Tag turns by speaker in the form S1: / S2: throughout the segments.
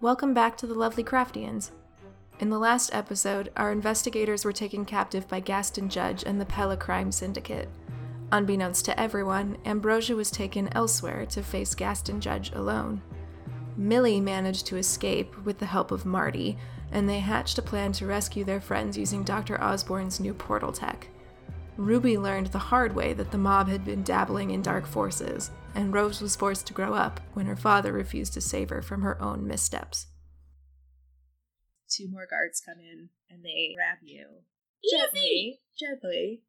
S1: Welcome back to the Lovely Craftians. In the last episode, our investigators were taken captive by Gaston Judge and the Pella Crime Syndicate. Unbeknownst to everyone, Ambrosia was taken elsewhere to face Gaston Judge alone. Millie managed to escape with the help of Marty, and they hatched a plan to rescue their friends using Dr. Osborne's new portal tech. Ruby learned the hard way that the mob had been dabbling in dark forces, and Rose was forced to grow up when her father refused to save her from her own missteps.
S2: Two more guards come in and they grab you. Gently. Gently.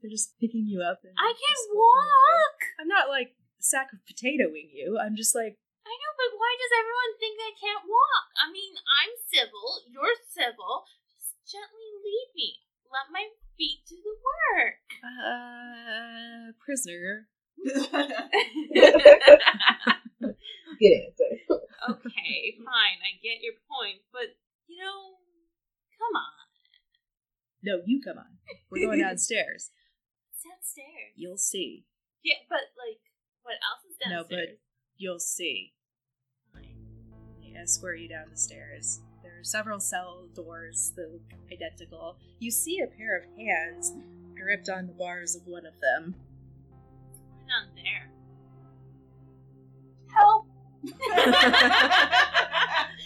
S2: They're just picking you up. And
S3: I
S2: just
S3: can
S2: holding you.
S3: walk!
S2: I'm not like a sack of potatoing you. I'm just like,
S3: I know, but why does everyone think I can't walk? I mean, I'm civil, you're civil. Just gently lead me. Let my feet do the work.
S2: uh, prisoner.
S4: Good answer.
S3: okay, fine, I get your point, but, you know, come on.
S2: No, you come on. We're going downstairs.
S3: It's downstairs.
S2: You'll see.
S3: Yeah, but, like, what else is
S2: No, but-
S3: downstairs?
S2: You'll see.
S3: but.
S2: They escort you down the stairs. There are several cell doors that look identical. You see a pair of hands gripped on the bars of one of them.
S3: We're not there.
S4: Help!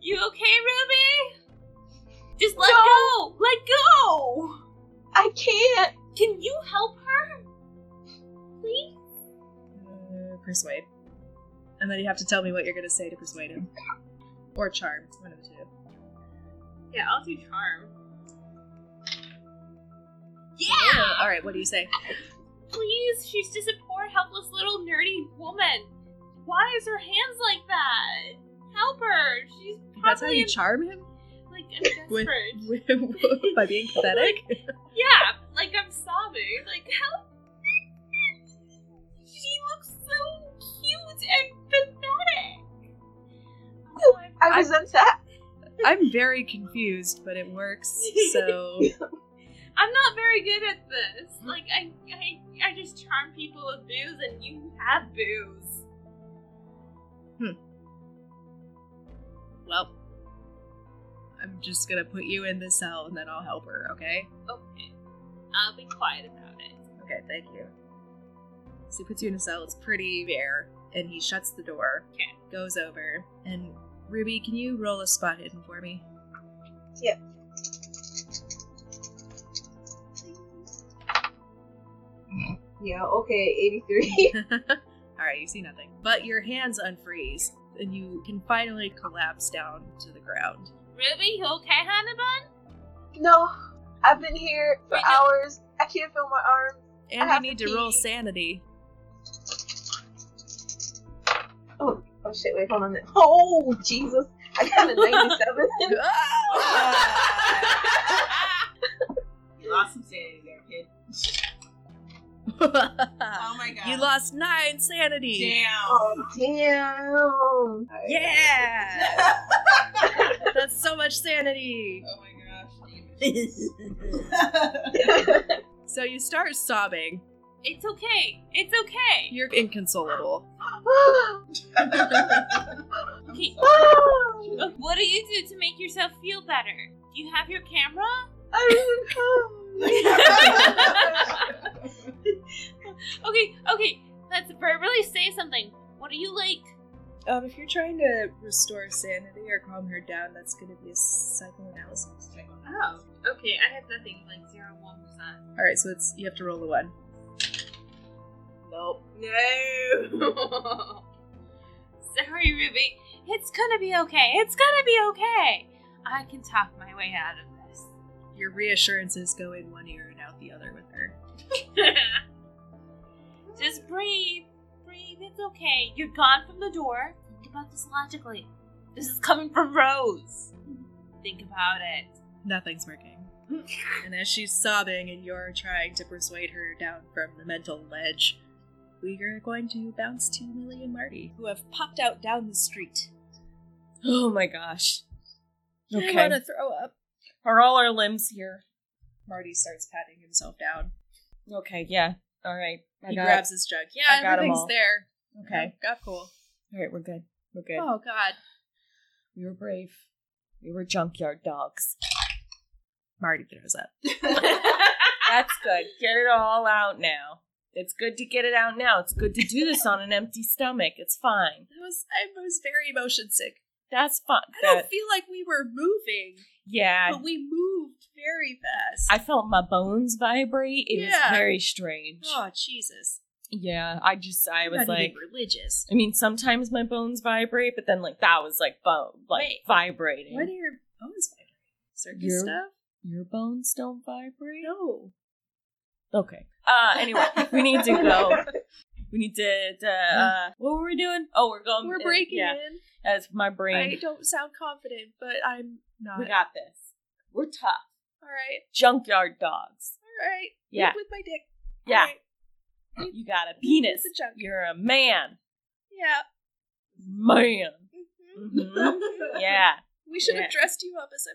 S3: You okay, Ruby? Just let go! Let go!
S4: I can't.
S3: Can you help her? Please?
S2: Uh, persuade. And then you have to tell me what you're going to say to persuade him. Or charm, one of the two.
S3: Yeah, I'll do charm.
S2: Yeah,
S3: Yeah!
S2: All right, what do you say?
S3: Please, she's just a poor, helpless little nerdy woman. Why is her hands like that? Help her! She's
S2: That's how
S3: probably
S2: you charm him?
S3: like I'm desperate.
S2: With- By being pathetic?
S3: yeah, like I'm sobbing. Like help! she looks so cute and pathetic. Oh, I'm-
S4: I resent that.
S2: I'm very confused, but it works, so.
S3: I'm not very good at this. Like I, I, I just charm people with booze, and you have booze.
S2: Well, I'm just gonna put you in the cell and then I'll help her, okay?
S3: Okay, I'll be quiet about it.
S2: Okay, thank you. So he puts you in a cell, it's pretty bare, and he shuts the door,
S3: Okay.
S2: goes over, and Ruby, can you roll a spot hidden for me?
S4: Yep. Yeah, okay, 83.
S2: Alright, you see nothing. But your hands unfreeze, and you can finally collapse down to the ground.
S3: Ruby, you okay, Hannibal?
S4: no, I've been here for
S3: Right now-
S4: hours. I can't feel my arms.
S2: And you
S4: have to
S2: need to roll
S4: pee.
S2: sanity.
S4: Oh shit, wait, hold on. Oh, Jesus. I got a 97.
S5: You lost some sanity there, kid. Oh my god.
S2: you lost nine sanity.
S5: Damn.
S4: oh, damn.
S2: Yeah! That's so much sanity.
S5: Oh my gosh.
S2: So you start sobbing.
S3: It's okay. It's okay.
S2: You're inconsolable.
S3: okay. Look, What do you do to make yourself feel better? Do you have your camera? okay, okay. Let's verbally say something. What do you like?
S2: Um, if you're trying to restore sanity or calm her down, that's going to be a psychoanalysis.
S3: Oh, okay. I have nothing. Like zero, one percent.
S2: All right, so it's you have to roll a one.
S4: nope.
S3: No. Sorry, Ruby. It's gonna be okay. It's gonna be okay. I can talk my way out of this.
S2: Your reassurances go in one ear and out the other with her.
S3: Just breathe. Breathe. It's okay. You're gone from the door. Think about this logically. This is coming from Rose. Think about it.
S2: Nothing's working. and as she's sobbing and you're trying to persuade her down from the mental ledge, we are going to bounce to Millie and Marty, who have popped out down the street.
S6: Oh my gosh. I
S2: Okay.
S6: want to throw up. Are all our limbs here?
S2: Marty starts patting himself down.
S6: Okay, yeah. All right. I
S2: he
S6: got-
S2: grabs his jug. Yeah,
S6: I got 'em
S2: everything's
S6: all.
S2: there.
S6: Okay.
S2: Got cool.
S6: All right, we're good. We're good.
S2: Oh god.
S6: You were brave. You were junkyard dogs.
S2: Marty throws up.
S6: That's good. Get it all out now. It's good to get it out now. It's good to do this on an empty stomach. It's fine.
S2: That was I was very motion sick.
S6: That's fine.
S2: I don't feel like we were moving,
S6: yeah.
S2: but we moved very fast.
S6: I felt my bones vibrate. It
S2: Yeah.
S6: was very strange.
S2: oh Jesus!
S6: Yeah. I just I
S2: I'm
S6: was
S2: not
S6: like
S2: even religious.
S6: I mean sometimes my bones vibrate, but then like that was like bone like
S2: Wait.
S6: vibrating.
S2: Why do your bones vibrate? Circus
S6: Your-
S2: stuff?
S6: Your bones don't vibrate?
S2: No.
S6: Okay. Uh anyway, we need to go. We need to, to uh what were we doing? Oh we're going
S2: Mm. We're
S6: uh,
S2: breaking
S6: yeah.
S2: in.
S6: That's my
S2: I
S6: brain.
S2: don't sound confident, but I'm not.
S6: We got this. We're tough.
S2: all right,
S6: Junkyard dogs.
S2: all right.
S6: Yeah.
S2: Live with my dick. All
S6: Yeah.
S2: right.
S6: You got a penis.
S2: It's a junk.
S6: You're a man.
S2: Yeah.
S6: Man.
S2: hmm
S6: Mhm. Yeah.
S2: We should
S6: Yeah.
S2: have dressed you up as a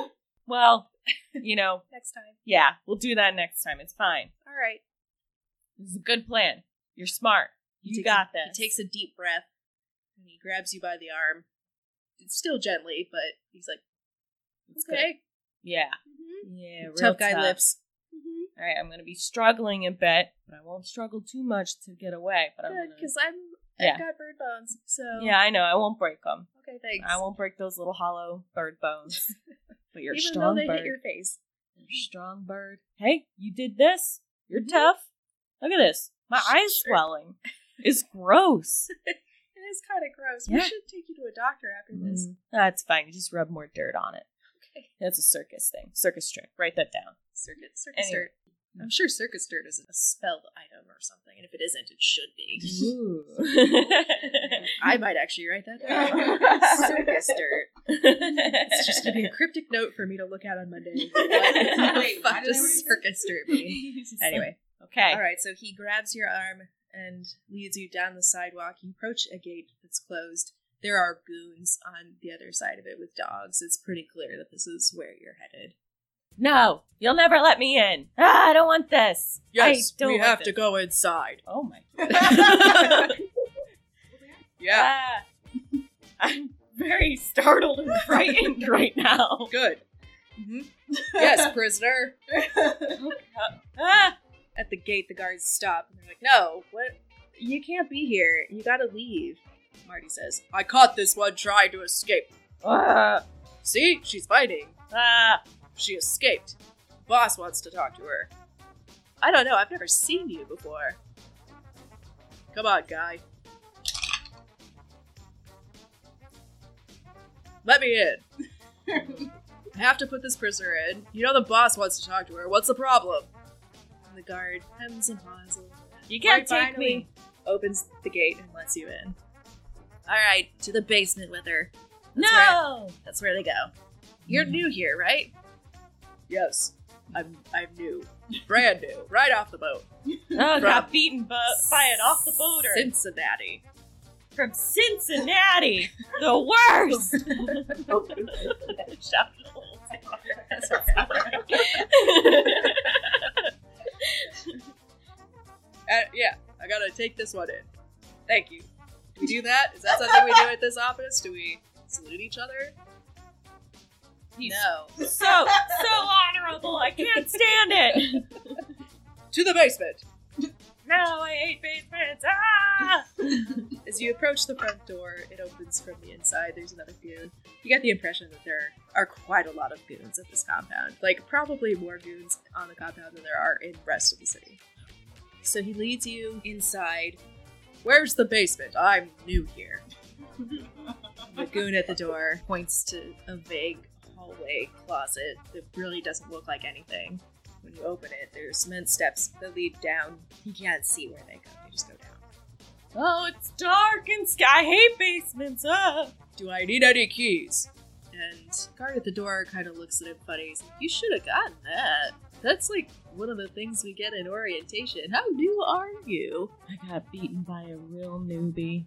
S2: man
S6: Well, you know,
S2: next time.
S6: yeah, we'll do that next time. It's fine.
S2: All right.
S6: This is a good plan. You're smart. You
S2: takes
S6: got
S2: a,
S6: this.
S2: He takes a deep breath and he grabs you by the arm, still gently, but he's like,
S6: It's good.
S2: "Okay,
S6: Yeah.
S2: Mhm.
S6: Yeah. Real Mm-hmm.
S2: tough guy Mm-hmm. lips."
S6: All right, I'm going to be struggling a bit, but I won't struggle too much to get away. But I'm
S2: Good,
S6: gonna,
S2: because I'm
S6: Yeah.
S2: I've got bird bones, so
S6: yeah, I know. I won't break them.
S2: Okay, thanks.
S6: I won't break those little hollow bird bones. But you're a
S2: Even
S6: strong
S2: though they
S6: bird.
S2: hit your face.
S6: You're a strong bird. Hey, you did this. You're tough. Look at this. My eye's
S2: Mm-hmm. Sure.
S6: swelling. It's gross.
S2: It is kind of gross. We
S6: Yeah.
S2: should take you to a doctor after this.
S6: Mm, That's fine. You just rub more dirt on it.
S2: Mm-hmm. Okay.
S6: That's a circus thing. Circus trick. Write that down.
S2: Circuit, circus
S6: Anyway.
S2: dirt. I'm sure circus dirt is a spelled item or something, and if it isn't, it should be.
S6: Ooh.
S2: I might actually write that down. circus dirt. It's just gonna be a cryptic note for me to look at on Monday. What
S5: Wait,
S2: the
S5: why
S2: fuck
S5: did I
S2: does
S5: write
S2: circus dirt mean? Anyway,
S6: Okay.
S2: all right. So he grabs your arm and leads you down the sidewalk. You approach a gate that's closed. There are goons on the other side of it with dogs. It's pretty clear that this is where you're headed.
S6: No, you'll never let me in. Ah, I don't want this. I don't want this.
S2: go inside.
S6: Oh my.
S2: Yeah,
S6: Ah. I'm very startled and frightened right now.
S2: good. Mm-hmm. Yes, prisoner.
S6: Ah.
S2: At the gate, the guards stop and they're like, "No, what? You can't be here. You gotta leave." Marty says, "I caught this one trying to escape.
S6: Ah.
S2: See, she's fighting.
S6: Ah.
S2: She escaped. Boss wants to talk to her. I don't know, I've never seen you before. Come on, guy. Let me in. I have to put this prisoner in. You know the boss wants to talk to her. What's the problem? And the guard hems and haws a little bit.
S6: You can't
S2: Right,
S6: take
S2: finally
S6: me.
S2: Opens the gate and lets you in. Alright, to the basement with her. That's
S6: No.
S2: That's where they go. You're new here, right? Hmm. Yes, I'm. I'm new, brand new, right off the boat
S6: Oh,
S2: From-
S6: got beaten
S2: Uh,
S6: bu- by an off the boater
S2: Cincinnati.
S6: from Cincinnati. the worst. Shouted the whole time.
S2: Uh, yeah, I gotta take this one in. Thank you. Do we do that? Is that something we do at this office? Do we salute each other? No.
S6: so so honorable. I can't stand it.
S2: To the basement.
S6: No, I hate basements. Ah!
S2: As you approach the front door, it opens from the inside. There's another goon. You get the impression that there are quite a lot of goons at this compound. Like, probably more goons on the compound than there are in the rest of the city. So he leads you inside. Where's the basement? I'm new here. The goon at the door points to a vague hallway closet that really doesn't look like anything. When you open it, there's cement steps that lead down. You can't see where they go, they just go down.
S6: Oh, it's dark and sky. I hate basements. Ah!
S2: Do I need any keys? And guard at the door kind of looks at him funny. He's like, you should have gotten that. That's like one of the things we get in orientation. How new are you?
S6: I got beaten by a real newbie.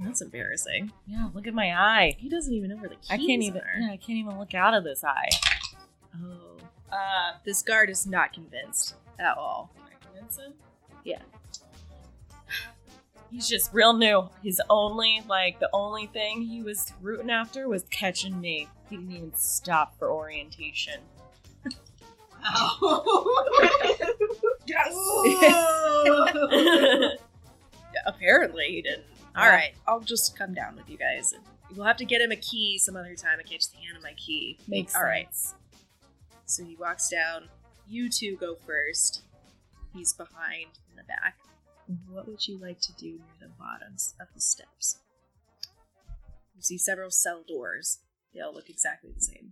S2: That's embarrassing.
S6: Yeah, look at my eye.
S2: He doesn't even know where the keys
S6: I can't even.
S2: are.
S6: Yeah, I can't even look out of this eye.
S2: Oh,
S6: Uh,
S2: this guard is not convinced at all.
S6: am I convincing? He's just real new. His only, like, the only thing he was rooting after was catching me. He didn't even stop for orientation.
S5: yes.
S2: Apparently he didn't. All
S6: Yeah.
S2: right, I'll just come down with you guys. And we'll have to get him a key some other time. I can't just hand him my key.
S6: Makes
S2: All right.
S6: sense.
S2: So he walks down. You two go first. He's behind in the back. What would you like to do near the bottoms of the steps? You see several cell doors. They all look exactly the same.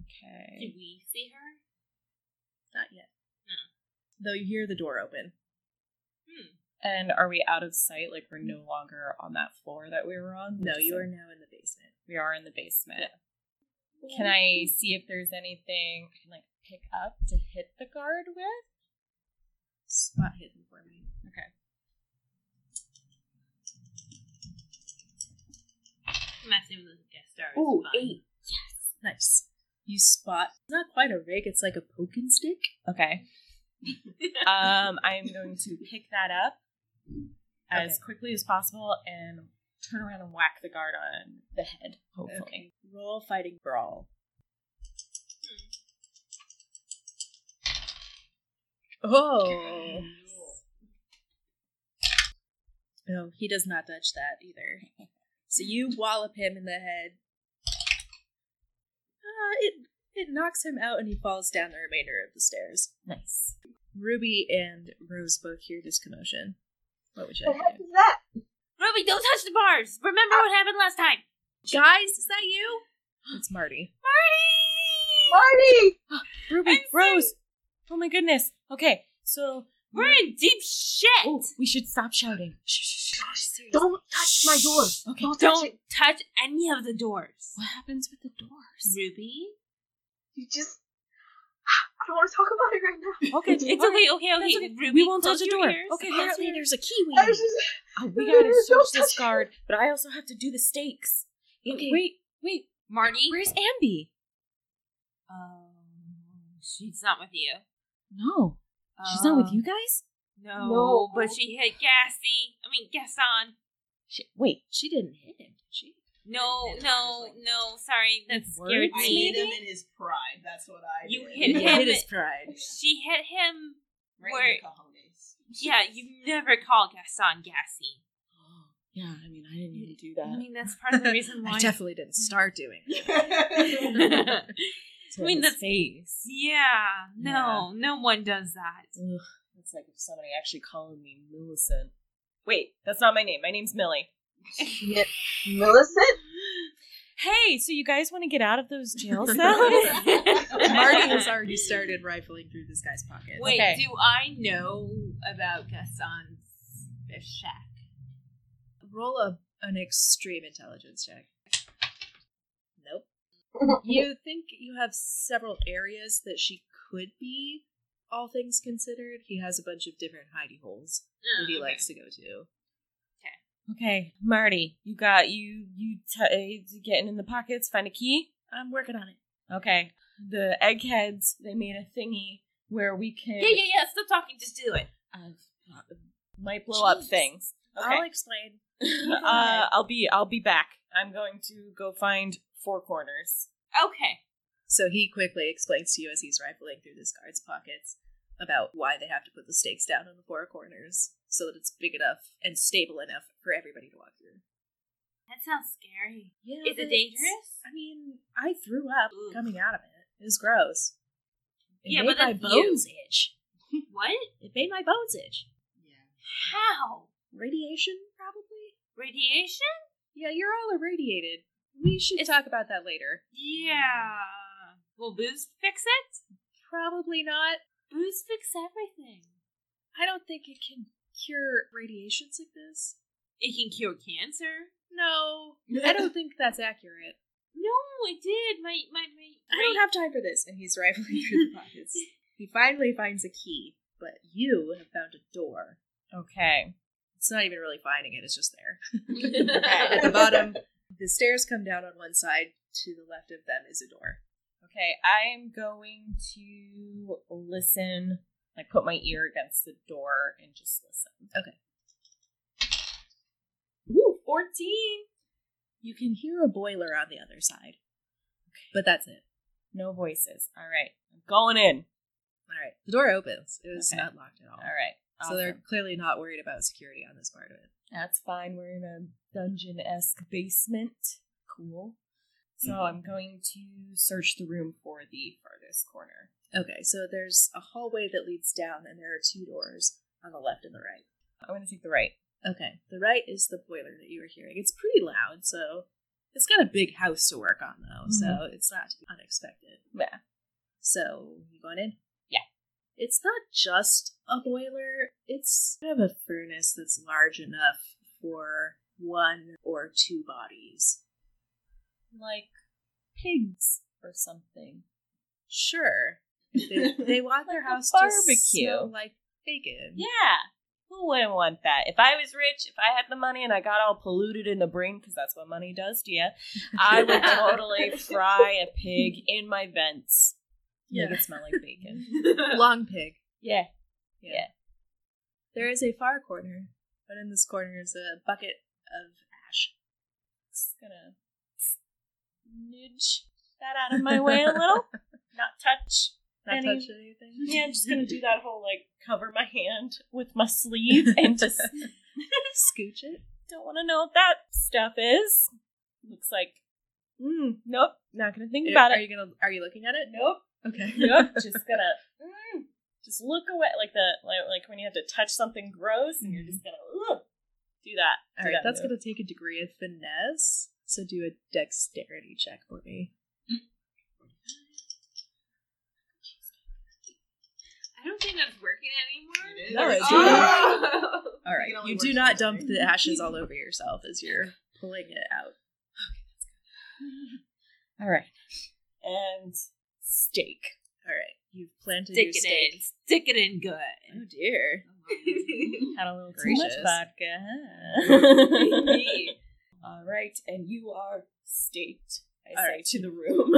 S6: Okay.
S3: Did we see her?
S2: Not yet. Though you hear the door open.
S3: Hmm.
S6: And are we out of sight? Like, we're no longer on that floor that we were on?
S2: No, you
S6: So
S2: are now in the basement.
S6: We are in the basement. Can I see if there's anything I can, like, pick up to hit the guard with?
S2: Spot hidden for me.
S6: Okay.
S3: Messing with the guest star. is
S2: Ooh,
S3: fun.
S2: eight. Yes. Nice. You spot not quite a rig, it's like a poking stick.
S6: Okay. um, I am going to pick that up as
S2: Okay.
S6: quickly as possible and turn around and whack the guard on the head, hopefully.
S2: Roll fighting brawl. Oh. No, Oh, he does not touch that either. So you wallop him in the head. Uh, it it knocks him out and he falls down the remainder of the stairs.
S6: Nice.
S2: Ruby and Rose both hear this commotion. What would you
S4: The
S2: like
S4: heck
S2: to
S4: is that?
S3: Ruby, don't touch the bars.
S6: Ah.
S3: Remember what happened last time.
S2: do? Guys, is that you? It's Marty.
S3: Marty!
S4: Marty!
S6: Ruby,
S3: I'm
S6: Rose. Oh my goodness. Okay, so
S3: We're in deep shit.
S6: oh, we should stop shouting. Shh, shh, shh.
S4: Don't touch my door.
S6: Okay.
S4: Don't, touch
S3: Don't
S4: it.
S3: touch any of the doors.
S6: What happens with the doors?
S3: Ruby?
S4: You just. I don't want to talk about it right now.
S6: Okay,
S3: It's okay, okay, okay.
S6: That's okay.
S3: Ruby,
S6: we won't
S3: close
S6: touch a
S3: your
S6: door.
S3: ears.
S6: Okay, apparently there's a kiwi.
S4: I was just.
S6: Oh, we
S4: Don't
S6: gotta search this
S4: touch it.
S6: guard, but I also have to do the stakes.
S3: Okay.
S6: Wait, wait.
S3: Marty?
S6: Where's Ambi?
S3: Oh, she's not with you.
S6: No, she's not with you guys.
S3: No,
S4: No.
S3: but she hit Gassy. I mean, Gaston.
S6: She, wait,
S2: She didn't hit him, did she?
S3: No, no, no. Sorry, that
S6: With
S3: scared
S6: words?
S5: I
S3: me.
S5: hit him in his pride. That's what I
S3: You
S5: did.
S3: hit him.
S2: hit his pride.
S3: She hit him.
S5: Right
S3: Where-
S5: in the cojones.
S3: Yeah, you never call Gaston Gassy.
S6: yeah, I mean, I didn't even do
S3: I
S6: that.
S3: mean, that's part of the reason why.
S2: I definitely didn't start doing it.
S3: I mean,
S6: his
S3: that's-
S6: face.
S3: Yeah, no, no one does that.
S6: Ugh, that's like if somebody actually called me Millicent. Wait, that's not my name. My name's Millie.
S4: Mi- Millicent?
S6: Hey, so you guys want to get out of those jail cells?
S2: Marty
S3: Marty
S2: has already started rifling through this guy's pocket.
S3: Wait,
S6: Okay.
S3: do I know about Gaston's fish shack?
S2: Roll a, an extreme intelligence check. Nope. You think you have several areas that she could be, all things considered. He has a bunch of different hidey holes that he
S3: Oh, okay.
S2: likes to go to.
S6: okay, Marty, you got you you t- uh, getting in the pockets. Find a key.
S2: I'm working on it.
S6: Okay. The eggheads, they made a thingy where we can
S3: Yeah, yeah, yeah. Stop talking. Just do it.
S6: Uh, might blow up
S2: Jeez.
S6: things.
S2: I'll
S6: Okay.
S2: explain.
S6: uh, I'll be I'll be back. I'm going to go find four corners.
S3: Okay.
S2: So he quickly explains to you as he's rifling through this guard's pockets about why they have to put the stakes down on the four corners so that it's big enough and stable enough for everybody to walk through.
S3: That sounds scary.
S2: Yeah,
S3: Is it dangerous?
S2: I mean, I threw up
S3: Ooh.
S2: coming out of it. It was gross. It
S3: Yeah,
S2: made
S3: but
S2: my
S3: that's you.
S2: bones itch.
S3: What?
S2: It made my bones itch.
S3: How?
S2: Radiation, probably.
S3: Radiation?
S2: Yeah, you're all irradiated. We should talk about that later.
S3: Yeah. Will booze fix it?
S2: Probably not.
S3: Booze fix everything.
S2: I don't think it can cure radiation sickness.
S3: It can cure cancer.
S2: No, I don't think that's accurate.
S3: No, it did. My my my.
S2: I don't have time for this. And he's rifling through the pockets. he finally finds a key, but you have found a door.
S6: Okay.
S2: It's not even really finding it, it's just there.
S3: have.
S2: At the bottom, the stairs come down on one side. To the left of them is a door.
S6: Okay, I am going to listen. Like put my ear against the door and just listen.
S2: Okay.
S3: 14.
S2: You can hear a boiler on the other side. But that's it.
S6: No voices. All right. I'm going in.
S2: All right. The door opens. It was
S6: Okay.
S2: not locked at all.
S6: All right.
S2: So they're
S6: Awesome.
S2: clearly not worried about security on this part of it.
S6: That's fine. We're in a dungeon esque basement. Cool.
S2: Mm-hmm.
S6: So I'm going to search the room for the farthest corner.
S2: Okay, so there's a hallway that leads down, and there are two doors on the left and the right.
S6: I'm going to take the right.
S2: Okay, the right is the boiler that you were hearing. It's pretty loud, so it's got a big house to work on, though, so it's not to be unexpected.
S6: Yeah.
S2: So you going in?
S6: Yeah.
S2: It's not just a boiler. It's kind of a furnace that's large enough for one or two bodies.
S6: Like pigs or something.
S2: Sure, they, they want their house to
S6: Barbecue.
S2: smell like bacon.
S6: Yeah. Who wouldn't want that? If I was rich, if I had the money and I got all polluted in the brain, because that's what money does to you, I would totally fry a pig in my vents. Yeah. Make it smell like bacon.
S2: long pig.
S6: Yeah.
S2: There is a far corner, but in this corner is a bucket of ash.
S6: Just gonna nudge that out of my way a little. Not touch.
S2: Not
S6: Any-
S2: touch anything.
S6: Yeah, just gonna do that whole like cover my hand with my sleeve and just
S2: Scooch it.
S6: don't want to know what that stuff is. Looks like, mm, nope, not gonna think about
S2: are
S6: it.
S2: you gonna? Are you looking at it?
S6: Nope.
S2: Okay.
S6: Nope. just gonna mm, just look away, like the like, like when you have to touch something gross, and you're just gonna ugh, do that.
S2: All right. That's gonna take a degree of finesse. So do a dexterity check for me.
S3: I don't think that's working anymore.
S5: It is.
S2: No, it's-
S4: Ah!
S5: Oh!
S2: All right.
S5: can only
S2: You
S5: work
S2: do
S5: so
S2: not
S5: much,
S2: dump
S5: right?
S2: the ashes all over yourself as you're pulling it out.
S6: All right. And steak.
S2: All right. You've planted
S3: Stick
S2: your
S3: it in.
S2: stake.
S3: Stick it in good.
S2: Oh dear.
S6: Had a little
S2: too much
S6: vodka. Huh? All right, and you are staked. I
S2: All
S6: say
S2: right.
S6: to the room.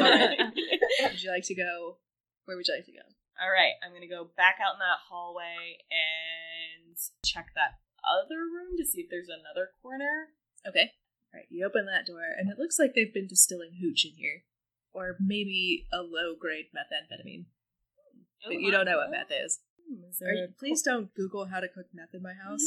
S2: All right. would you like to go? Where would you like to go?
S6: All right, I'm gonna go back out in that hallway and check that other room to see if there's another corner.
S2: Okay. All right, you open that door, and it looks like they've been distilling hooch in here, or maybe a low-grade methamphetamine,
S6: Oh,
S2: but you don't know what meth is.
S6: Hmm, is
S2: Are
S6: there
S2: you,
S6: a-
S2: please don't Google how to cook meth in my house.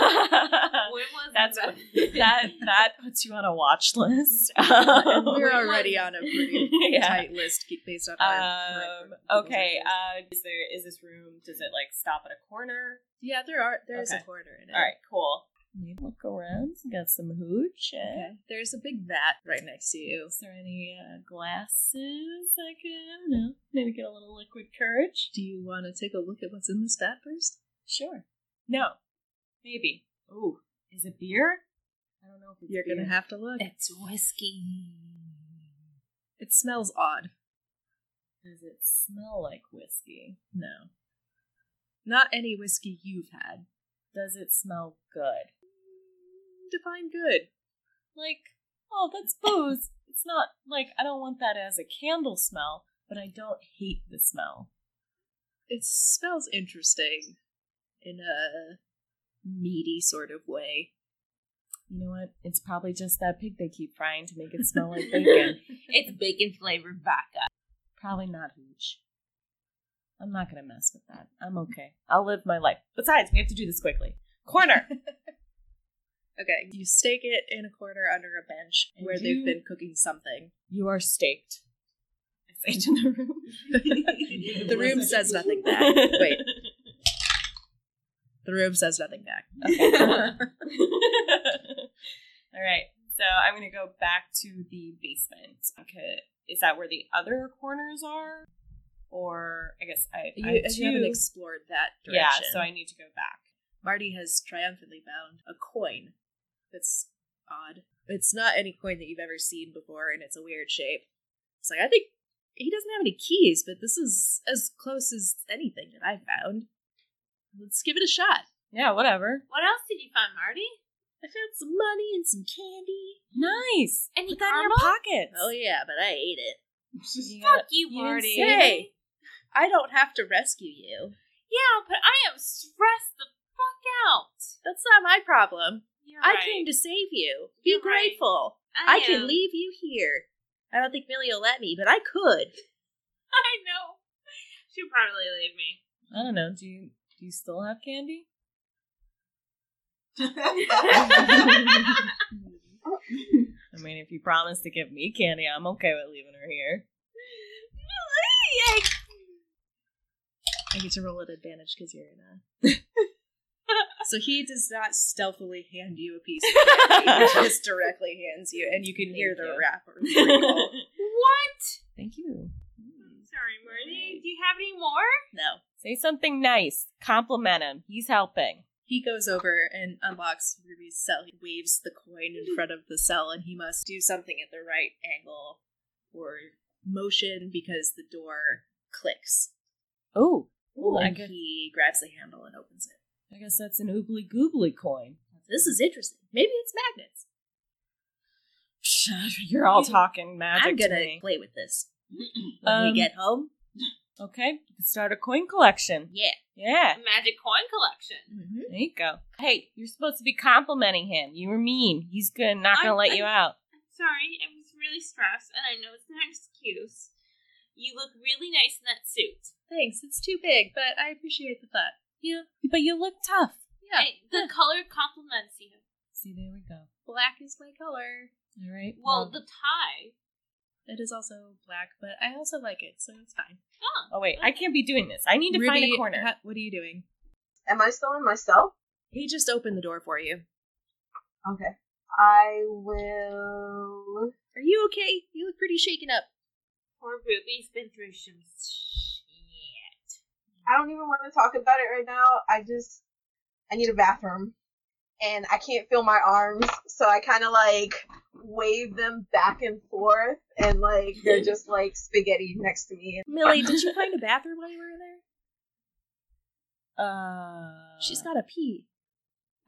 S3: When was
S6: That's
S3: that?
S6: what, that that puts you on a watch list. Um,
S2: And we're
S3: Wait,
S2: already
S3: what?
S2: on a pretty
S6: Yeah.
S2: tight list ge- based on our.
S6: Um,
S2: current Google
S6: okay.
S2: searches.
S6: Uh, is there is this room? Does it like stop at a corner?
S2: yeah, there are there is
S6: okay.
S2: a corner in it.
S6: All right, cool. Maybe look around. Got some hooch. eh?
S2: Okay. There's a big vat right next to you.
S6: Is there any uh, glasses I can? No. Maybe get a little liquid courage.
S2: Do you want to take a look at what's in this vat first?
S6: Sure. No. Maybe. Ooh, is it beer? I don't know if it's
S2: You're
S6: beer.
S2: gonna have to look.
S3: It's whiskey.
S2: It smells odd.
S6: Does it smell like whiskey?
S2: No, not any whiskey you've had.
S6: Does it smell good?
S2: Define good.
S6: Like, oh, that's booze. it's not like I don't want that as a candle smell, but I don't hate the smell.
S2: It smells interesting in a meaty sort of way.
S6: You know what? It's probably just that pig they keep frying to make it smell like bacon.
S3: It's bacon flavored vodka.
S6: Probably not hooch. I'm not gonna mess with that. I'm okay. I'll live my life. Besides, we have to do this quickly. Corner.
S2: Okay, you stake it in a corner under a bench
S6: And
S2: where
S6: you-
S2: they've been cooking something.
S6: you are staked. I say to the room.
S2: The room says nothing back. Wait. The room says nothing back.
S6: All right. So I'm gonna go back to the basement. Okay. Is that where the other corners are? Or I guess I, I
S2: You,
S6: have
S2: you haven't
S6: two-
S2: explored that direction.
S6: Yeah, so I need to go back.
S2: Marty has triumphantly found a coin that's odd. It's not any coin that you've ever seen before, and it's a weird shape. It's like, I think he doesn't have any keys, but this is as close as anything that I've found. Let's give it a shot.
S6: Yeah, whatever.
S3: What else did you find, Marty?
S2: I found some money and some candy.
S6: Nice.
S3: Any
S6: Put that in
S3: caramel?
S6: your pockets.
S2: Oh, yeah, but I ate it.
S6: You
S3: Fuck
S6: gotta-
S3: you,
S6: you didn't
S3: Marty.
S6: say.
S2: Hey, I don't have to rescue you.
S3: Yeah, but I am stressed the fuck out.
S2: That's not my problem.
S3: You're
S2: I came to save you. Be
S3: You're right.
S2: grateful. I, can leave you here. I don't think Millie will let me, but I could.
S3: I know. She'll probably leave me.
S6: I don't know. Do you do you still have candy? I mean, if you promise to give me candy, I'm okay with leaving her here.
S2: I get to roll at advantage because you're in a. so he does not stealthily hand you a piece of candy. he just directly hands you, and you can hear
S6: Thank
S2: the
S6: you.
S2: wrapper. crinkle.
S3: What?
S6: Thank you.
S3: I'm sorry, Marty. Do you have any more?
S2: no.
S6: Say something nice. Compliment him. He's helping.
S2: He goes over and unlocks Ruby's cell. He waves the coin in front of the cell, and he must do something at the right angle or motion because the door clicks.
S6: Oh, I
S2: and
S6: guess-
S2: he grabs the handle and opens it.
S6: I guess that's an oogly googly coin.
S2: This is interesting. Maybe it's magnets.
S6: You're all talking magic
S2: I'm gonna
S6: to me.
S2: play with this when
S6: Um,
S2: we get home.
S6: Okay, you can start a coin collection.
S2: Yeah.
S6: Yeah,
S3: Magic coin collection.
S2: Mm-hmm.
S6: there you go. Hey, you're supposed to be complimenting him. You were mean. He's good, not gonna
S3: I'm-
S6: let you out.
S3: I'm sorry. I was really stressed, and I know it's not an excuse. You look really nice in that suit.
S2: Thanks. It's too big, but I appreciate the thought.
S6: You, but you look tough.
S2: Yeah.
S3: And the color compliments you.
S6: See, there we go.
S2: Black is my color.
S6: All right.
S3: Well,
S2: Um.
S3: the tie.
S2: It is also black, but I also like it, so it's fine.
S3: Oh,
S6: oh wait, I can't be doing this. I need to find a corner.
S2: ha- what are you doing?
S4: Am I still in myself?
S2: He just opened the door for you.
S4: Okay. I will.
S2: Are you okay? You look pretty shaken up.
S3: Poor Ruby's been through some shit.
S4: I don't even want to talk about it right now. I just. I need a bathroom. And I can't feel my arms, so I kind of like wave them back and forth, and like they're just like spaghetti next to me.
S2: Millie, did you find a bathroom while you were in there?
S6: Uh,
S2: She's got a pee.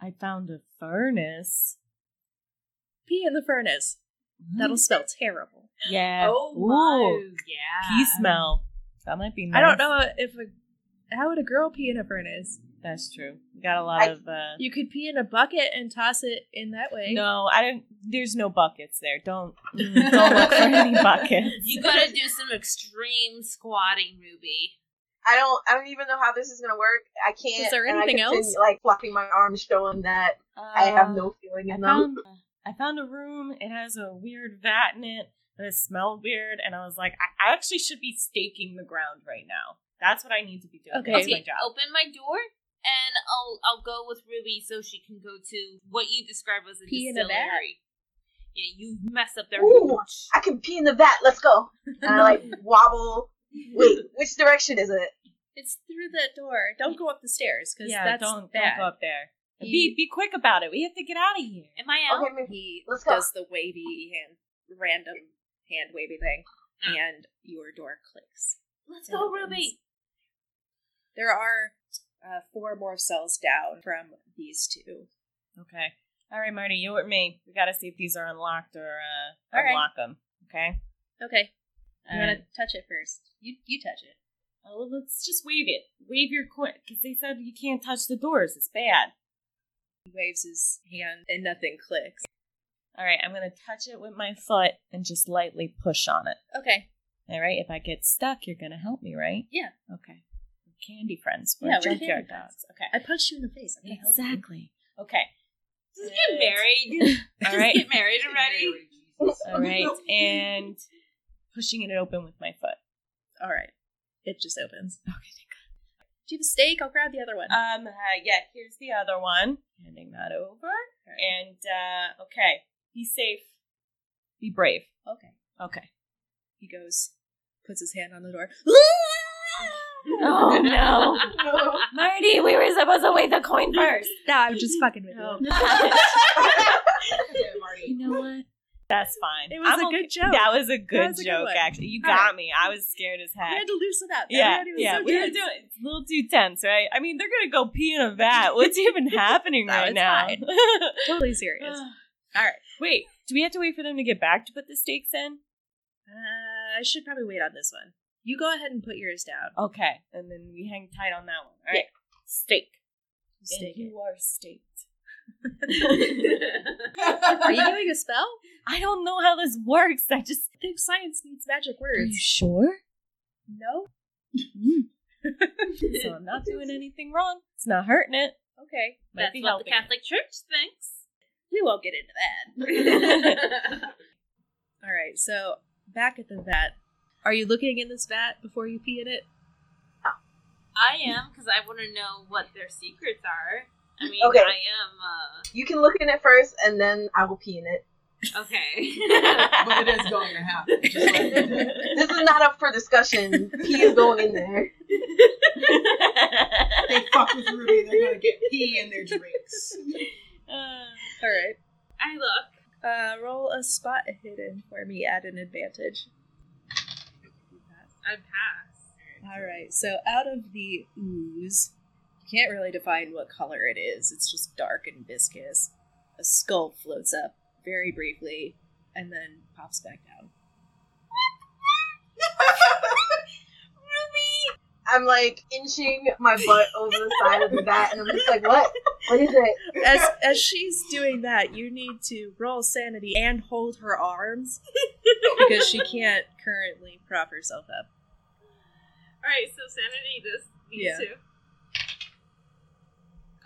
S6: I found a furnace.
S2: Pee in the furnace. That'll oh smell terrible.
S6: Mm-hmm. Yeah. Ooh,
S3: Oh yeah.
S6: Pea smell. That might be. Nice.
S2: I don't know if a how would a girl pee in a furnace?
S6: That's true. We got a lot
S4: I-
S6: of. Uh,
S2: You could pee in a bucket and toss it in that way.
S6: no, I don't. There's no buckets there. Don't mm, don't look for any buckets.
S3: You gotta do some extreme squatting, Ruby.
S4: I don't. I don't even know how this is gonna work. I can't.
S2: Is there
S4: and I
S2: anything
S4: continue,
S2: else? Uh,
S4: Like flopping my arms, showing that I have no feeling
S6: Um, I
S4: in them.
S6: found, I found a room. It has a weird vat in it, but it smelled weird. And I was like, I, I actually should be staking the ground right now. That's what I need to be doing.
S2: Okay. oh,
S6: That's
S2: Here's
S6: my
S3: Okay,
S6: job.
S3: open my door, and I'll I'll go with Ruby so she can go to what you described as a
S2: Pee in a vat?
S3: distillery. Yeah, you mess up their
S4: Ooh.
S3: hooch.
S4: I can pee in the vat. Let's go. And I like wobble. Wait, which direction is it?
S2: It's through that door. Don't go up the stairs because
S6: yeah,
S2: that's
S6: don't,
S2: bad.
S6: don't go up there.
S2: He-
S6: be be quick about it. We have to get out of here.
S3: Am I out?
S4: Okay, maybe.
S2: He
S4: Mm-hmm. Let's go.
S2: does the wavy hand, random hand wavy thing,
S3: Ah.
S2: and your door clicks.
S3: Let's go, Ruby.
S2: There are uh, four more cells down from these two.
S6: Okay. All right, Marty, you with me. We got to see if these are unlocked or uh,
S2: All right.
S6: unlock them. Okay.
S2: Okay, I'm
S6: All
S2: gonna
S6: right.
S2: touch it first. You you touch it.
S6: Oh, let's just wave it. Wave your coin because they said you can't touch the doors. It's bad.
S2: He waves his hand, and nothing clicks.
S6: All right, I'm gonna touch it with my foot and just lightly push on it.
S2: Okay,
S6: All right, if I get stuck, you're gonna help me, right?
S2: Yeah.
S6: Okay. We're candy friends. We're
S2: Yeah, we're
S6: junkyard
S2: candy friends.
S6: dogs. Okay.
S2: I punched you in the face. I'm gonna help you.
S6: Exactly. Okay.
S3: Just
S6: Yes.
S3: get married.
S6: All
S3: Just
S6: right.
S3: get married already.
S6: All right. And pushing it open with my foot.
S2: All right, it just opens.
S6: Okay.
S2: Do you have a steak? I'll grab the other one.
S6: Um. Uh, yeah. Here's the other one. Handing that over. And uh, okay. Be safe. Be brave.
S2: okay.
S6: Okay.
S2: He goes, puts his hand on the door.
S6: Oh no,
S4: No.
S6: Marty! We were supposed to wait the coin first.
S2: No, I'm just fucking with you.
S6: You know what? That's fine.
S2: It was a good joke.
S6: That was a good
S2: was a good
S6: joke,
S2: one.
S6: actually. You
S2: All
S6: got
S2: right.
S6: me. I was scared as
S2: We
S6: heck.
S2: had to loosen up.
S6: Yeah,
S2: Everybody was
S6: yeah.
S2: so
S6: we were
S2: tense.
S6: doing it's a little too tense, right? I mean, they're gonna go pee in a vat. What's even happening
S2: No,
S6: right
S2: it's
S6: now?
S2: fine. totally serious. All right.
S6: Wait, do we have to wait for them to get back to put the stakes in?
S2: Uh, I should probably wait on this one. You go ahead and put yours down.
S6: Okay, and then we hang tight on that one. All
S2: Yeah.
S6: right, stake.
S2: Stake
S6: And you are staked.
S2: Are you doing a spell?
S6: I don't know how this works. I just.
S2: I think science needs magic words.
S6: sure? Mm-hmm.
S2: No?
S6: so I'm not doing anything wrong. It's not hurting it.
S2: Okay.
S6: Might
S3: That's
S6: be
S3: what the
S6: helping.
S3: Catholic Church thinks.
S2: We won't get into that. All right, so back at the vat. Are you looking in this vat before you pee in it?
S3: I am, because I want to know what their secrets are. I mean,
S4: Okay.
S3: I am,
S4: You can look in it first, and then I will pee in it.
S3: uh, okay.
S5: but it is going to happen. Just like-
S4: This is not up for discussion. Pee is going in there.
S5: they fuck with Ruby, they're gonna get pee in their drinks.
S6: Uh,
S2: All right.
S3: I look.
S2: Uh, roll a spot hidden for me at an advantage.
S3: I pass.
S2: All right, so out of the ooze, you can't really define what color it is. It's just dark and viscous. A skull floats up very briefly and then pops back down.
S4: I'm like inching my butt over the side of the bat, and I'm just like, what? What is it?
S2: As as she's doing that, you need to roll sanity and hold her arms because she can't currently prop herself up.
S3: Alright, so sanity this these
S2: Yeah.
S3: two.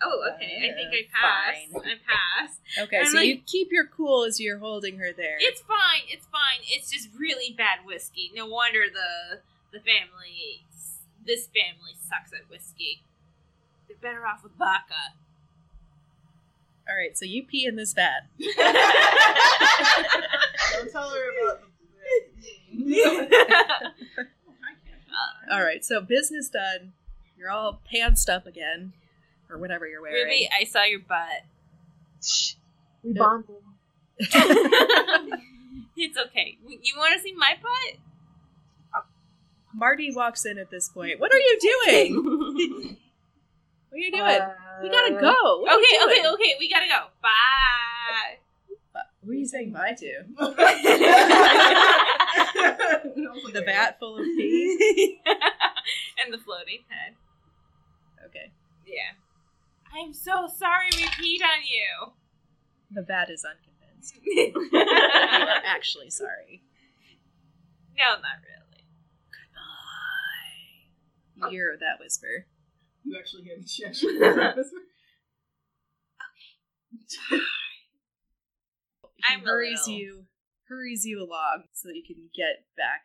S3: Oh, okay. I think I
S6: Uh,
S3: pass.
S6: fine.
S3: I pass.
S2: Okay,
S3: I'm
S2: so
S3: like-
S2: you keep your cool as you're holding her there.
S3: It's fine. It's fine. It's just really bad whiskey. No wonder the the family this family sucks at whiskey. They're better off with vodka.
S2: All right, so you pee in this vat.
S5: Don't tell her about the
S3: I
S2: All right, so business done. You're all pantsed up again, or whatever you're wearing.
S3: Ruby, I saw your butt.
S4: Shh. We
S2: No.
S4: bonded.
S3: it's okay. You want to see my butt?
S2: Marty walks in at this point. What are you doing? What are you doing? we gotta go. What are
S3: okay,
S2: you
S3: okay,
S2: doing?
S3: okay. We gotta go. Bye.
S2: Who are you saying bye to? The
S5: bat.
S2: vat full of pee.
S3: and the floating head.
S2: Okay,
S3: Yeah. I'm so sorry we peed on you.
S2: the vat is unconvinced. You are
S3: no,
S2: actually sorry.
S3: not really.
S2: You hear that whisper.
S5: You actually hear the she actually hears that whisper.
S2: He
S3: I'm a
S2: hurries
S3: little-
S2: you, hurries you along so that you can get back.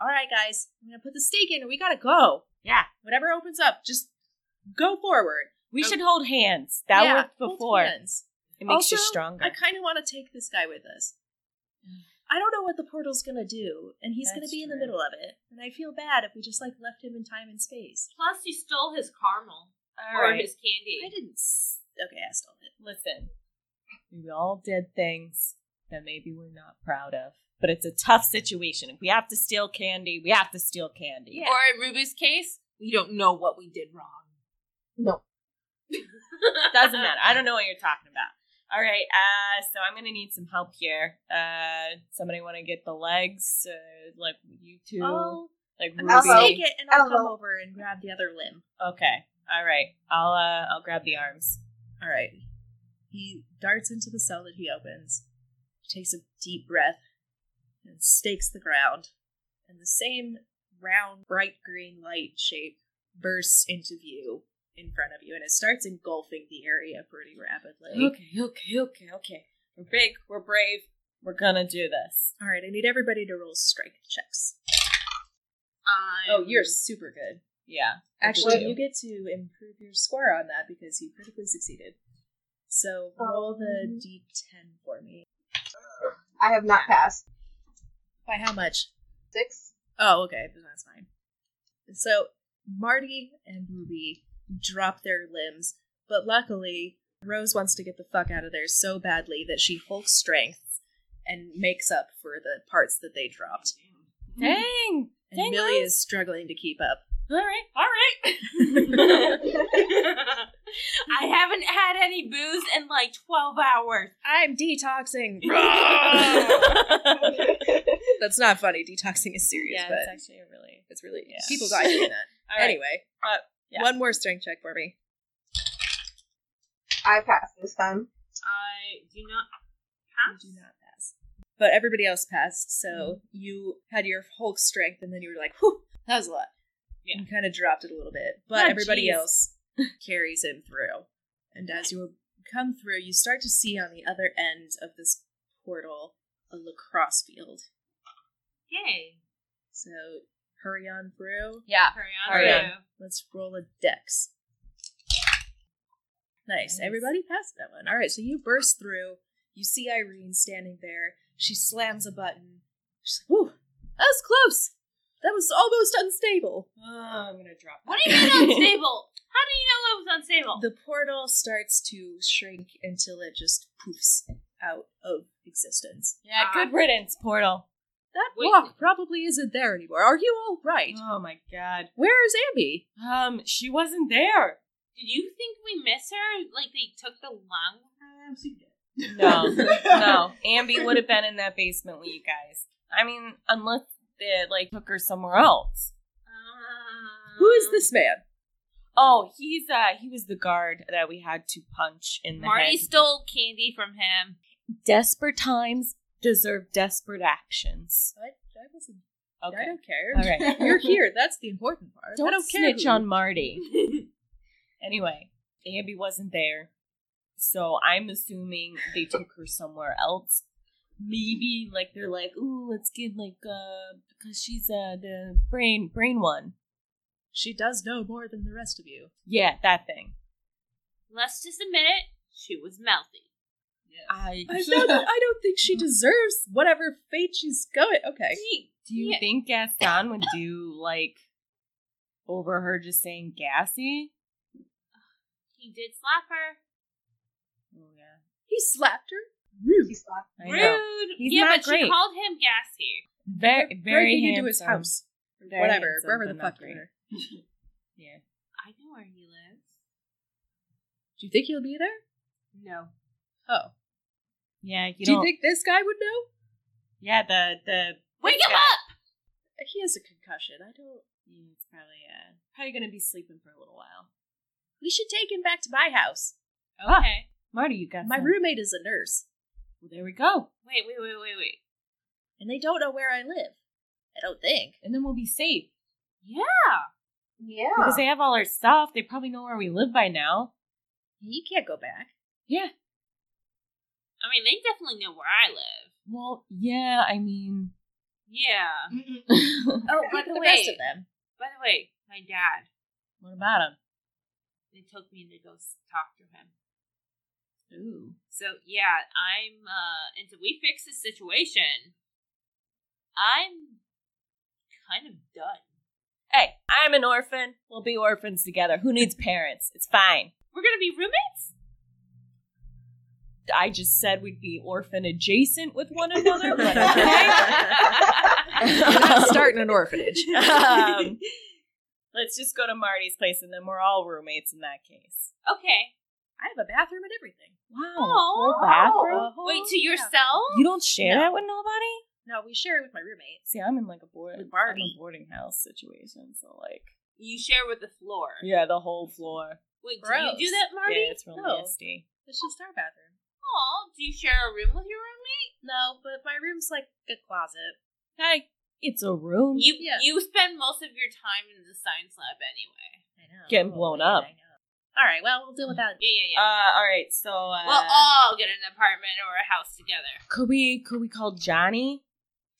S2: All right, guys, I'm gonna put the stake in, and we gotta go.
S6: Yeah.
S2: whatever opens up, just go forward.
S6: we
S2: Oh.
S6: should hold hands. That
S2: Yeah,
S6: worked
S2: hold
S6: before. It
S2: hands.
S6: makes
S2: Also,
S6: you stronger.
S2: I kind of want to take this guy with us. I don't know what the portal's gonna do, and he's gonna
S6: That's
S2: be in the
S6: true.
S2: middle of it. And I feel bad if we just like left him in time and space.
S3: Plus, you stole his caramel
S6: All
S3: or
S6: right.
S3: his candy.
S2: I didn't. S- okay, I stole it.
S6: Listen, we all did things that maybe we're not proud of, but it's a tough situation. If we have to steal candy, we have to steal candy.
S3: Or in Ruby's case, we don't know what we did wrong.
S4: No.
S6: Doesn't matter. I don't know what you're talking about. All right, uh, so I'm gonna need some help here. Uh, somebody want to get the legs, uh, like you two,
S2: I'll,
S6: like
S2: I'll
S6: Ruby.
S4: Hello.
S2: take it and I'll come
S4: Hello.
S2: over and grab the other limb.
S6: Okay, all right. I'll uh, I'll grab the arms.
S2: All right. He darts into the cell that he opens, takes a deep breath, and stakes the ground. And the same round, bright green light shape bursts into view in front of you, and it starts engulfing the area pretty rapidly.
S6: Okay, okay, okay, okay. We're big. We're brave. We're gonna do this.
S2: All right, I need everybody to roll strike checks.
S3: I'm-
S2: Oh, you're super good.
S6: Yeah.
S2: Actually,
S6: Two.
S2: you get to improve your score on that because you critically succeeded. So
S6: Oh,
S2: roll the d10 for me.
S4: I have not passed.
S2: By how much?
S4: Six.
S2: Oh, okay, then that's fine. So Marty and Ruby drop their limbs, but luckily Rose wants to get the fuck out of there so badly that she Hulk strengths and makes up for the parts that they dropped.
S6: Dang.
S2: And
S6: Dang.
S2: Millie
S6: guys.
S2: is struggling to keep up.
S3: All right, all right. I haven't had any booze in like 12 hours.
S2: I'm detoxing. That's not funny. Detoxing is serious,
S6: yeah,
S2: but
S6: it's
S2: it's,
S6: actually a really.
S2: really
S6: Yeah.
S2: people got doing that.
S6: All right.
S2: Anyway,
S6: Uh, yeah.
S2: one more strength check for me.
S4: I passed this time.
S3: I do not pass.
S6: Ah.
S2: You do not pass. But everybody else passed, so
S6: Mm-hmm.
S2: you had your whole strength, and then you were like, whew, that was a lot.
S3: Yeah.
S2: And kind of dropped it a little bit. But
S3: Ah,
S2: everybody
S3: jeez.
S2: else carries him through. And as you come through, you start to see on the other end of this portal a lacrosse field.
S3: Yay.
S2: So hurry on through.
S6: Yeah.
S3: Hurry on.
S6: Hurry
S2: on.
S3: through.
S2: Let's roll a dex. Nice.
S6: Nice.
S2: Everybody passed that one. All right, so you burst through. You see Irene standing there. She slams a button. She's like, whew, that was close. That was almost unstable.
S6: Oh, I'm gonna drop.
S3: What do you mean unstable? How do you know it was unstable?
S2: The portal starts to shrink until it just poofs out of existence.
S6: yeah,
S2: Uh-huh.
S6: good riddance, portal.
S2: That
S3: Wait.
S2: walk probably isn't there anymore. Are you all right?
S6: Oh my god.
S2: Where is Abby?
S6: Um, she wasn't there.
S3: Did you think we miss her? Like they took the long
S5: Um, she did.
S6: No, no. Ambi would have been in that basement with you guys. I mean, unless they like took her somewhere else.
S3: Um,
S2: Who is this man?
S6: Oh, he's uh, he was the guard that we had to punch in the
S3: Marty
S6: head.
S3: stole candy from him.
S6: desperate times deserve desperate actions.
S2: I, I wasn't. I
S6: Okay,
S2: don't care.
S6: all right.
S2: You're here. That's the important part.
S6: Don't,
S2: I don't care.
S6: snitch
S2: who-
S6: on Marty. anyway, Ambi wasn't there, so I'm assuming they took her somewhere else. Maybe like they're like, ooh, let's give like uh because she's uh the brain brain one.
S2: She does know more than the rest of you.
S6: Yeah, that thing.
S3: Let's just admit it. She was mouthy.
S6: I
S2: I don't, I don't think she deserves whatever fate she's going. Okay.
S6: do you
S3: Yeah.
S6: think Gaston would do like over her just saying gassy?
S3: He did slap her.
S6: Oh yeah,
S2: He slapped her.
S4: He
S2: Rude.
S4: slapped.
S6: I know.
S3: Rude.
S6: He's
S3: yeah,
S6: not
S3: but
S6: great.
S3: she called him gassy.
S6: Very very
S2: Breaking
S6: handsome.
S2: into his house. Or
S6: Very
S2: Whatever.
S6: handsome,
S2: Wherever the
S6: but not
S2: fuck you
S6: great.
S2: are.
S6: Yeah.
S3: I know where he lives.
S2: Do you think he'll be there?
S3: No.
S2: Oh.
S6: Yeah, you
S2: Do you
S6: don't.
S2: think this guy would know?
S6: yeah, the the
S3: Wake him
S6: Yeah.
S3: up!
S2: He has a concussion. I don't.
S6: Mm, it's probably uh, probably gonna be sleeping for a little while.
S2: We should take him back to my house.
S6: Ah.
S3: Okay.
S6: Marty, you got
S2: My
S6: some-
S2: roommate is a nurse,
S6: Well, there we go,
S3: Wait, wait, wait, wait, wait.
S2: and they don't know where I live. I don't think.
S6: and then we'll be safe
S3: Yeah.
S4: Yeah.
S6: because they have all our stuff. They probably know where we live by now.
S2: You can't go back.
S6: Yeah.
S3: I mean, they definitely know where I live.
S6: Well, yeah. I mean,
S3: Yeah.
S6: what
S2: Oh,
S3: by
S2: look at
S3: the
S2: the rest
S3: way-
S2: of them.
S3: By the way, my dad,
S6: about him?
S3: they took me to go s- talk to him.
S6: Ooh.
S3: So yeah, I'm uh until we fix this situation, I'm kind of done.
S6: Hey, I'm an orphan. We'll be orphans together. Who needs parents? It's fine.
S3: We're gonna be roommates?
S6: I just said we'd be orphan adjacent with one another, but okay.
S2: We're not starting an orphanage.
S6: um, let's just go to Marty's place, and then we're all roommates in that case.
S3: okay.
S2: I have a bathroom and everything.
S6: Wow.
S3: Oh.
S6: whole
S2: A
S6: bathroom?
S2: whole
S3: Wait, to
S2: bathroom.
S3: yourself?
S6: You don't share
S2: No.
S6: that with nobody?
S2: No, we share it with my roommate.
S6: See, I'm in like a board,
S2: With
S6: I'm
S2: Barbie.
S6: a boarding house situation, so like,
S3: You share with the floor.
S6: yeah, the whole floor.
S3: Wait,
S2: Gross.
S3: do you do that, Marty?
S6: Yeah, it's real
S2: No.
S6: nasty.
S2: It's just our bathroom.
S3: Aw, do you share a room with your roommate?
S2: No, but my room's like a closet.
S6: Hey, it's a room.
S3: You
S2: Yeah.
S3: you spend most of your time in the science lab anyway.
S2: I know.
S6: Getting blown
S2: I
S6: up.
S2: know. All right. Well, we'll deal with that.
S3: Yeah, yeah,
S6: uh,
S3: yeah.
S6: all right. So, uh,
S3: we'll all get an apartment or a house together.
S6: could we could we call Johnny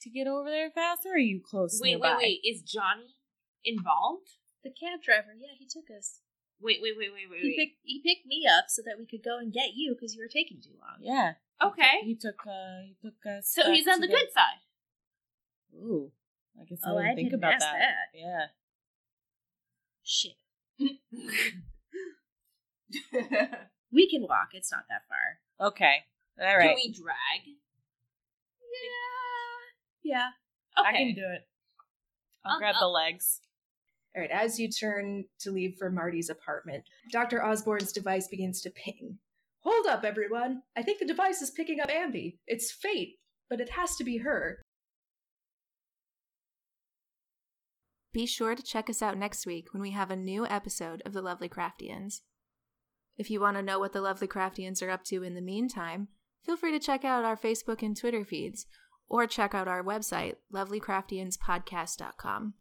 S6: to get over there faster? Or are you close?
S3: Wait,
S6: nearby?
S3: wait, wait. Is Johnny involved?
S2: The cab driver. Yeah, he took us.
S3: Wait, wait, wait, wait, wait.
S2: He
S3: wait.
S2: picked he picked me up so that we could go and get you because you were taking too long.
S6: Yeah.
S3: Okay.
S6: He took. Uh, he took us.
S3: So
S6: back
S3: he's on
S6: to
S3: the good side.
S6: Ooh. I guess I
S2: Oh,
S6: didn't
S2: I
S6: think
S2: didn't
S6: about
S2: ask
S6: that.
S2: that.
S6: Yeah.
S2: Shit. We can walk. It's not that far.
S6: Okay. All
S3: Can
S6: right.
S3: we drag? Yeah.
S2: Yeah.
S6: I
S3: Okay.
S6: can do it. I'll
S3: I'll-
S6: grab the
S3: I'll-
S6: legs.
S7: All right, as you turn to leave for Marty's apartment, Dr. Osborne's device begins to ping. Hold up, everyone! I think the device is picking up Ambi. It's fate, but it has to be her.
S1: Be sure to check us out next week when we have a new episode of The Lovely Craftians. If you want to know what the lovely Craftians are up to in the meantime, feel free to check out our Facebook and Twitter feeds, or check out our website, lovelycraftianspodcast.com.